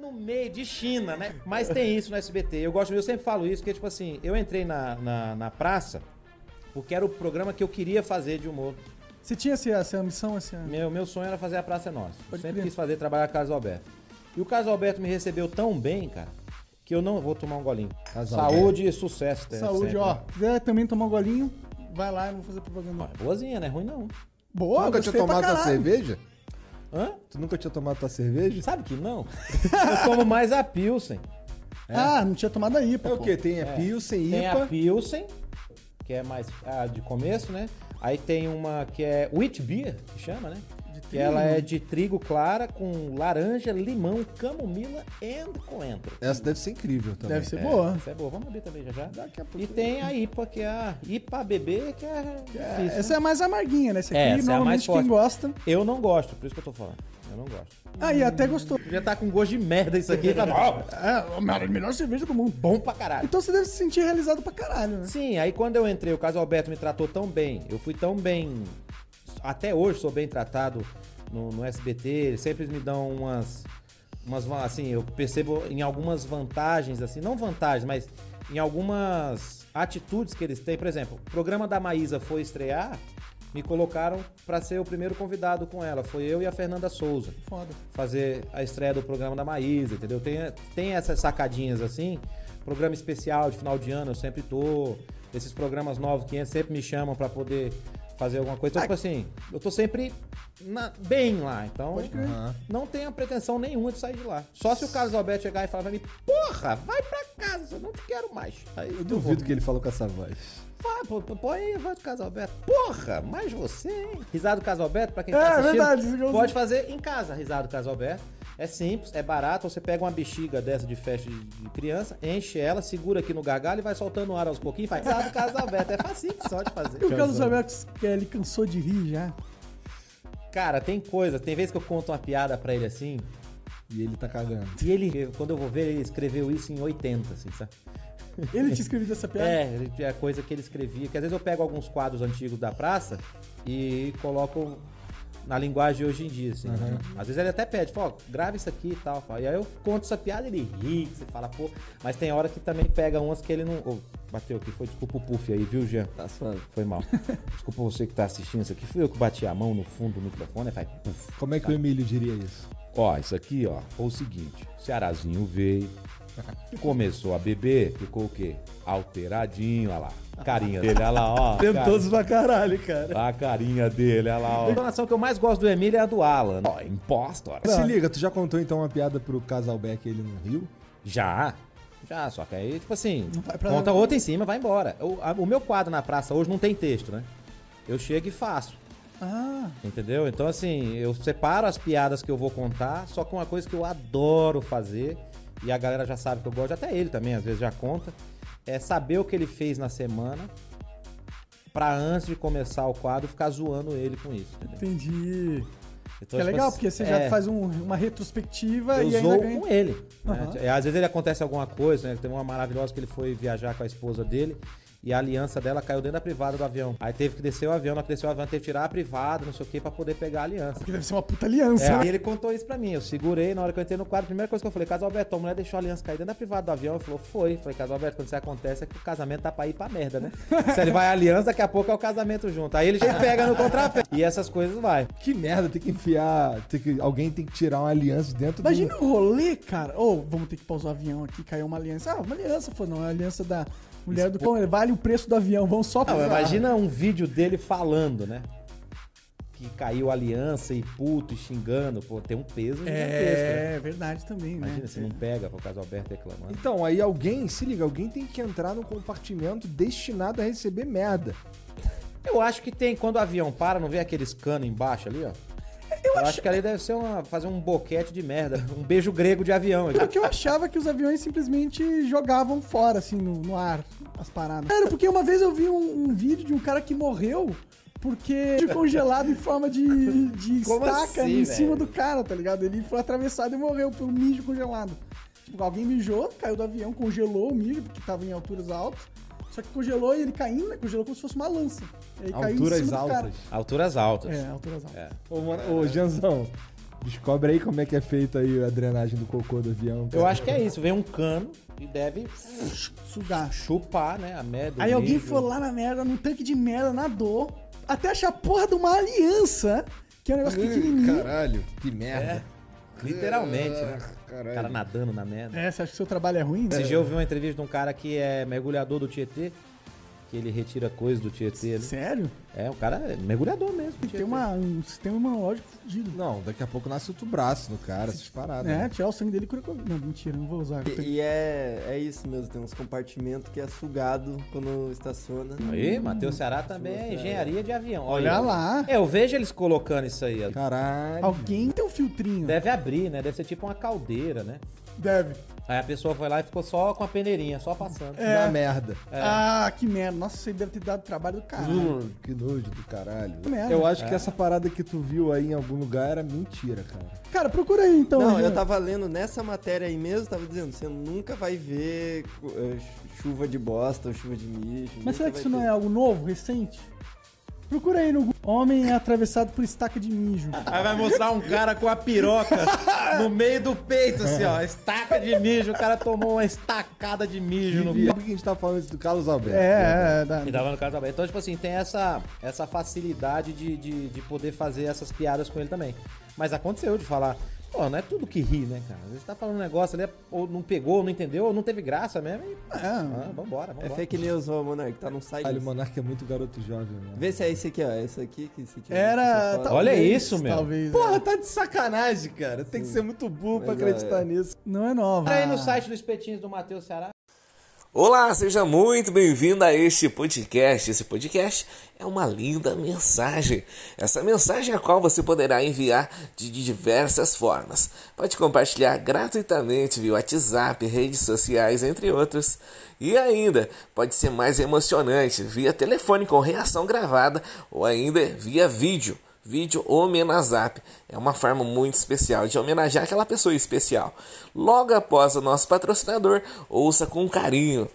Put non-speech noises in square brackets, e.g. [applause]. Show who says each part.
Speaker 1: no meio de China, né? Mas tem isso no SBT. Eu gosto, eu sempre falo isso, porque, tipo assim, eu entrei na, na, na praça porque era o programa que eu queria fazer de humor.
Speaker 2: Você tinha essa, essa missão, essa...
Speaker 1: Meu, meu sonho era fazer a Praça é Nossa. Eu
Speaker 2: Pode
Speaker 1: sempre
Speaker 2: crer.
Speaker 1: quis fazer trabalhar com o Carlos Alberto. E o Carlos Alberto me recebeu tão bem, cara, que eu não vou tomar um golinho. Saúde e sucesso. né,
Speaker 2: Saúde,
Speaker 1: sempre,
Speaker 2: ó.
Speaker 1: né?
Speaker 2: Quiser também tomar um golinho, vai lá, eu não vou fazer propaganda.
Speaker 1: Ó, é boazinha, não é ruim não.
Speaker 2: Boa,
Speaker 3: nunca
Speaker 2: gostei
Speaker 3: tinha
Speaker 2: pra
Speaker 3: tomado tua
Speaker 2: caralho.
Speaker 3: cerveja?
Speaker 1: Hã?
Speaker 3: Tu nunca tinha tomado tua cerveja?
Speaker 1: Sabe que não? [laughs] Eu tomo mais a Pilsen. É?
Speaker 2: Ah, não tinha tomado aí, pô.
Speaker 3: É o quê? Tem é. Pilsen,
Speaker 1: Tem a
Speaker 3: IPA.
Speaker 1: Pilsen, que é mais ah, de começo, né? Aí tem uma que é Wheat Beer, que chama, né? Que
Speaker 2: trigo,
Speaker 1: ela
Speaker 2: né?
Speaker 1: é de trigo clara com laranja, limão, camomila e coentro.
Speaker 3: Essa deve ser incrível também.
Speaker 2: Deve ser boa.
Speaker 1: Isso é boa. Vamos abrir também já já.
Speaker 3: Daqui a pouco.
Speaker 1: E tem a IPA, que é a IPA BB, que é difícil.
Speaker 2: Essa é a mais amarguinha, né? Essa aqui,
Speaker 1: É, essa é a mais
Speaker 2: normalmente,
Speaker 1: forte.
Speaker 2: quem gosta.
Speaker 1: Eu não gosto, por isso que eu tô falando. Eu não gosto.
Speaker 2: Aí, até gostou.
Speaker 1: Já tá com gosto de merda isso aqui. Tá bom.
Speaker 2: É, a melhor cerveja do mundo.
Speaker 1: [laughs] bom pra caralho.
Speaker 2: Então você deve se sentir realizado pra caralho, né?
Speaker 1: Sim, aí quando eu entrei, o caso Alberto me tratou tão bem, eu fui tão bem. Até hoje sou bem tratado no, no SBT, eles sempre me dão umas. umas va- assim, eu percebo em algumas vantagens, assim, não vantagens, mas em algumas atitudes que eles têm. Por exemplo, o programa da Maísa foi estrear, me colocaram pra ser o primeiro convidado com ela. Foi eu e a Fernanda Souza
Speaker 2: Foda.
Speaker 1: fazer a estreia do programa da Maísa, entendeu? Tem, tem essas sacadinhas assim, programa especial de final de ano, eu sempre tô. Esses programas novos que sempre me chamam pra poder fazer alguma coisa. Então, tipo assim, eu tô sempre na- bem lá. Então,
Speaker 3: Aham.
Speaker 1: não tenho a pretensão nenhuma de sair de lá. Só se o Carlos Alberto chegar e falar pra mim, porra, vai pra casa, eu não te quero mais. Aí
Speaker 3: Eu duvido que ele falou com essa voz.
Speaker 1: Vai, pô, pô, põe aí a voz do Casalberto. Porra, mas você, hein? Risada do Casalberto, pra quem
Speaker 2: É,
Speaker 1: tá assistindo,
Speaker 2: verdade, isso que eu-
Speaker 1: pode fazer em casa a risada do Casalberto. É simples, é barato. Você pega uma bexiga dessa de festa de de criança, enche ela, segura aqui no gargalo e vai soltando o ar aos pouquinhos. Faz risada do Casalberto. É facinho só de fazer.
Speaker 2: E o Carlos Alberto, que ele cansou de rir já.
Speaker 1: Cara, tem coisa. Tem vezes que eu conto uma piada pra ele assim,
Speaker 3: E ele tá cagando.
Speaker 1: e ele, quando eu vou ver, ele escreveu isso em 80, assim, sabe?
Speaker 2: Ele tinha escrevido essa piada?
Speaker 1: É, ele- é a coisa que ele escrevia. Que às vezes eu pego alguns quadros antigos da praça e coloco na linguagem de hoje em dia, assim. Às vezes ele até pede, fala, ó, grava isso aqui e tal. fala. E aí eu conto essa piada, ele ri, você fala, pô. Mas tem hora que também pega umas que ele não. Ô, bateu aqui, foi desculpa o puff aí, viu, Jean?
Speaker 3: Tá suave.
Speaker 1: Foi mal. Desculpa você que tá assistindo isso aqui. Fui eu que bati a mão no fundo do microfone, né? Faz puff.
Speaker 3: Como é que o Emílio diria isso?
Speaker 1: Ó, isso aqui, ó, foi o seguinte: Cearazinho [laughs] veio, começou a beber, ficou o quê? Alteradinho, olha lá. Carinha dele, olha lá, [laughs] ó.
Speaker 2: Tentoso pra caralho, cara.
Speaker 1: A carinha dele, olha lá, ó. A informação que eu mais gosto do Emílio é a do Alan. Ó, impostor.
Speaker 3: Se liga, tu já contou então uma piada pro Casalbeck ele no Rio?
Speaker 1: Já. Já, só que aí, tipo assim,
Speaker 2: vai pra-
Speaker 1: conta outra em cima, vai embora. O, a- o meu quadro na praça hoje não tem texto, né? Eu chego e faço.
Speaker 2: Ah,
Speaker 1: Entendeu? Então, assim, eu separo as piadas que eu vou contar, só com uma coisa que eu adoro fazer, e a galera já sabe que eu gosto, até ele também às vezes já conta, é saber o que ele fez na semana, pra antes de começar o quadro, ficar zoando ele com isso, entendeu?
Speaker 2: entendi.
Speaker 1: Então,
Speaker 2: Que é
Speaker 1: tipo
Speaker 2: legal,
Speaker 1: assim,
Speaker 2: porque você
Speaker 1: é,
Speaker 2: já faz um- uma
Speaker 1: eu
Speaker 2: retrospectiva e ainda
Speaker 1: zoo
Speaker 2: ganha.
Speaker 1: com ele. né?
Speaker 2: Aham.
Speaker 1: É, Às vezes ele acontece alguma coisa, né? Tem uma maravilhosa que ele foi viajar com a esposa dele e a aliança dela caiu dentro da privada do avião. Aí teve que descer o avião, na hora que desceu o avião, teve que tirar a privada, não sei o que, pra poder pegar a aliança.
Speaker 2: Porque deve ser uma
Speaker 1: É,
Speaker 2: puta aliança,
Speaker 1: aí
Speaker 2: né?
Speaker 1: ele contou isso pra mim. Eu segurei, na hora que eu entrei no quadro, a primeira coisa que eu falei, Caso Alberto, a mulher deixou a aliança cair dentro da privada do avião. Ele falou, foi. Falei, Caso Alberto, quando isso acontece é que o casamento tá pra ir pra merda, né? Se ele vai à aliança, daqui a pouco é o casamento junto. Aí ele já pega no contrapé. E essas coisas vai.
Speaker 3: Que merda, tem que enfiar. Tem que, alguém tem que tirar uma aliança dentro
Speaker 2: Imagina
Speaker 3: do.
Speaker 2: o rolê, cara. Ô, vamos ter que pausar o avião aqui, caiu uma aliança. Ah, uma aliança, foi não, é a aliança da mulher do pão. Vale o preço do avião, vamos só
Speaker 1: Não,
Speaker 2: pausar.
Speaker 1: imagina um vídeo dele falando, né? Que caiu a aliança e puto e xingando. Pô, tem um peso gigantesco. né?
Speaker 2: É, verdade também, né?
Speaker 1: Imagina, assim, se não pega pro Caso Alberto reclamando.
Speaker 3: Então, aí alguém, se liga, alguém tem que entrar num compartimento destinado a receber merda.
Speaker 1: Eu acho que tem, quando o avião para, não vem aqueles canos embaixo ali, ó? Eu, acho... que ali deve ser uma, fazer um boquete de merda, um beijo grego de avião.
Speaker 2: É que eu achava que os aviões simplesmente jogavam fora, assim, no, no ar, as paradas. Era porque uma vez eu vi um, um vídeo de um cara que morreu porque de congelado em forma de, de
Speaker 1: Como
Speaker 2: estaca
Speaker 1: assim,
Speaker 2: em cima
Speaker 1: velho?
Speaker 2: do cara, tá ligado? Ele foi atravessado e morreu por um mijo congelado. Tipo, alguém mijou, caiu do avião, congelou o mijo, porque tava em alturas altas. Só que congelou e ele caindo, né, congelou como se fosse uma lança. E aí caiu em
Speaker 3: Alturas
Speaker 2: cima do cara.
Speaker 3: altas.
Speaker 1: Alturas altas.
Speaker 2: É, alturas altas.
Speaker 1: É.
Speaker 3: Ô, mano, ô, Janzão, Descobre aí como é que é feita aí a drenagem do cocô do avião.
Speaker 1: Eu acho que é isso. Vem um cano e deve
Speaker 2: Sugar.
Speaker 1: chupar, né? A merda. o
Speaker 2: Aí alguém
Speaker 1: mijo.
Speaker 2: foi lá na merda, num tanque de merda, nadou, até achar a porra de uma aliança, que é um negócio pequenininho.
Speaker 4: Uhum. Caralho, que merda.
Speaker 1: Literalmente, né?
Speaker 5: É,
Speaker 4: Ah,
Speaker 1: O
Speaker 4: Caralho.
Speaker 1: cara nadando na merda.
Speaker 2: É, você acha que o seu trabalho é ruim?
Speaker 1: Esse
Speaker 2: né?
Speaker 1: dia eu vi uma entrevista de um cara que é mergulhador do Tietê, que ele retira coisas do Tietê. Né?
Speaker 2: Sério?
Speaker 1: É, o cara é mergulhador mesmo. do
Speaker 2: Tem
Speaker 1: Tietê.
Speaker 2: uma, um sistema imunológico fudido.
Speaker 4: Não, daqui a pouco nasce outro braço no cara, essas paradas.
Speaker 3: né?
Speaker 2: É, tirar o sangue dele e cura Covid. Não, mentira, não vou usar.
Speaker 5: E, e é, é isso mesmo, tem uns compartimentos que é sugado quando estaciona.
Speaker 1: Aí, Matheus Ceará também é engenharia de avião. Olha,
Speaker 2: Olha lá.
Speaker 1: É, eu vejo eles colocando isso aí. ó.
Speaker 4: Caralho.
Speaker 2: Alguém tem um filtrinho.
Speaker 1: Deve abrir, né? Deve ser tipo uma caldeira, né?
Speaker 2: Deve.
Speaker 1: Aí a pessoa foi lá e ficou só com a peneirinha, só passando.
Speaker 4: É. Na merda.
Speaker 2: Ah, que merda. Nossa, você deve ter dado trabalho
Speaker 5: Ah.
Speaker 2: do caralho.
Speaker 4: Hum, que nojo do caralho.
Speaker 2: Que merda.
Speaker 3: Eu acho
Speaker 5: É.
Speaker 3: que essa parada que tu viu aí em algum lugar era mentira, cara.
Speaker 2: Cara, procura aí então.
Speaker 5: Não,
Speaker 2: Regina.
Speaker 5: eu tava lendo nessa matéria aí mesmo, tava dizendo, você nunca vai ver cu- eh, chu- chuva de bosta ou chuva de mijo. nunca
Speaker 2: Mas será que
Speaker 5: vai
Speaker 2: isso não
Speaker 5: ter.
Speaker 2: é algo novo, recente? Procura aí no Google. Homem é atravessado por estaca de mijo.
Speaker 1: Aí vai mostrar um cara com a piroca no meio do peito, assim, ó. Estaca de mijo. O cara tomou uma estacada de mijo no
Speaker 3: E por que a gente tá falando isso do Carlos Alberto?
Speaker 2: É, é, da...
Speaker 1: E dava no cara também. Então, tipo assim, tem essa, essa facilidade de, de, de poder fazer essas piadas com ele também. Mas aconteceu de falar, pô, não é tudo que ri, né, cara? Às vezes tá falando um negócio ali, ou não pegou, ou não entendeu, ou não teve graça mesmo, e
Speaker 2: Ah,
Speaker 1: ah, vambora, vambora.
Speaker 5: É fake news, ô Monark, tá num
Speaker 3: Caralho, o
Speaker 5: site.
Speaker 3: Monarca é muito garoto jovem, né?
Speaker 5: Vê se é esse aqui, ó. Esse aqui que você tinha
Speaker 2: era.
Speaker 5: visto, você
Speaker 2: talvez,
Speaker 5: fala.
Speaker 1: Olha isso, meu.
Speaker 2: Talvez.
Speaker 3: Porra,
Speaker 2: é.
Speaker 3: tá de sacanagem, cara. Tem que ser muito burro pra
Speaker 5: Mas,
Speaker 3: acreditar
Speaker 5: é.
Speaker 3: nisso.
Speaker 2: Não é nova.
Speaker 1: Entra aí no site do Espetinhos do Matheus Ceará.
Speaker 6: Olá, seja muito bem-vindo a este podcast. Esse podcast é uma linda mensagem. Essa mensagem a qual você poderá enviar de diversas formas. Pode compartilhar gratuitamente via WhatsApp, redes sociais, entre outros. E ainda pode ser mais emocionante via telefone com reação gravada ou ainda via vídeo. Vídeo Homenazap é uma forma muito especial de homenagear aquela pessoa especial. Logo após o nosso patrocinador, ouça com carinho.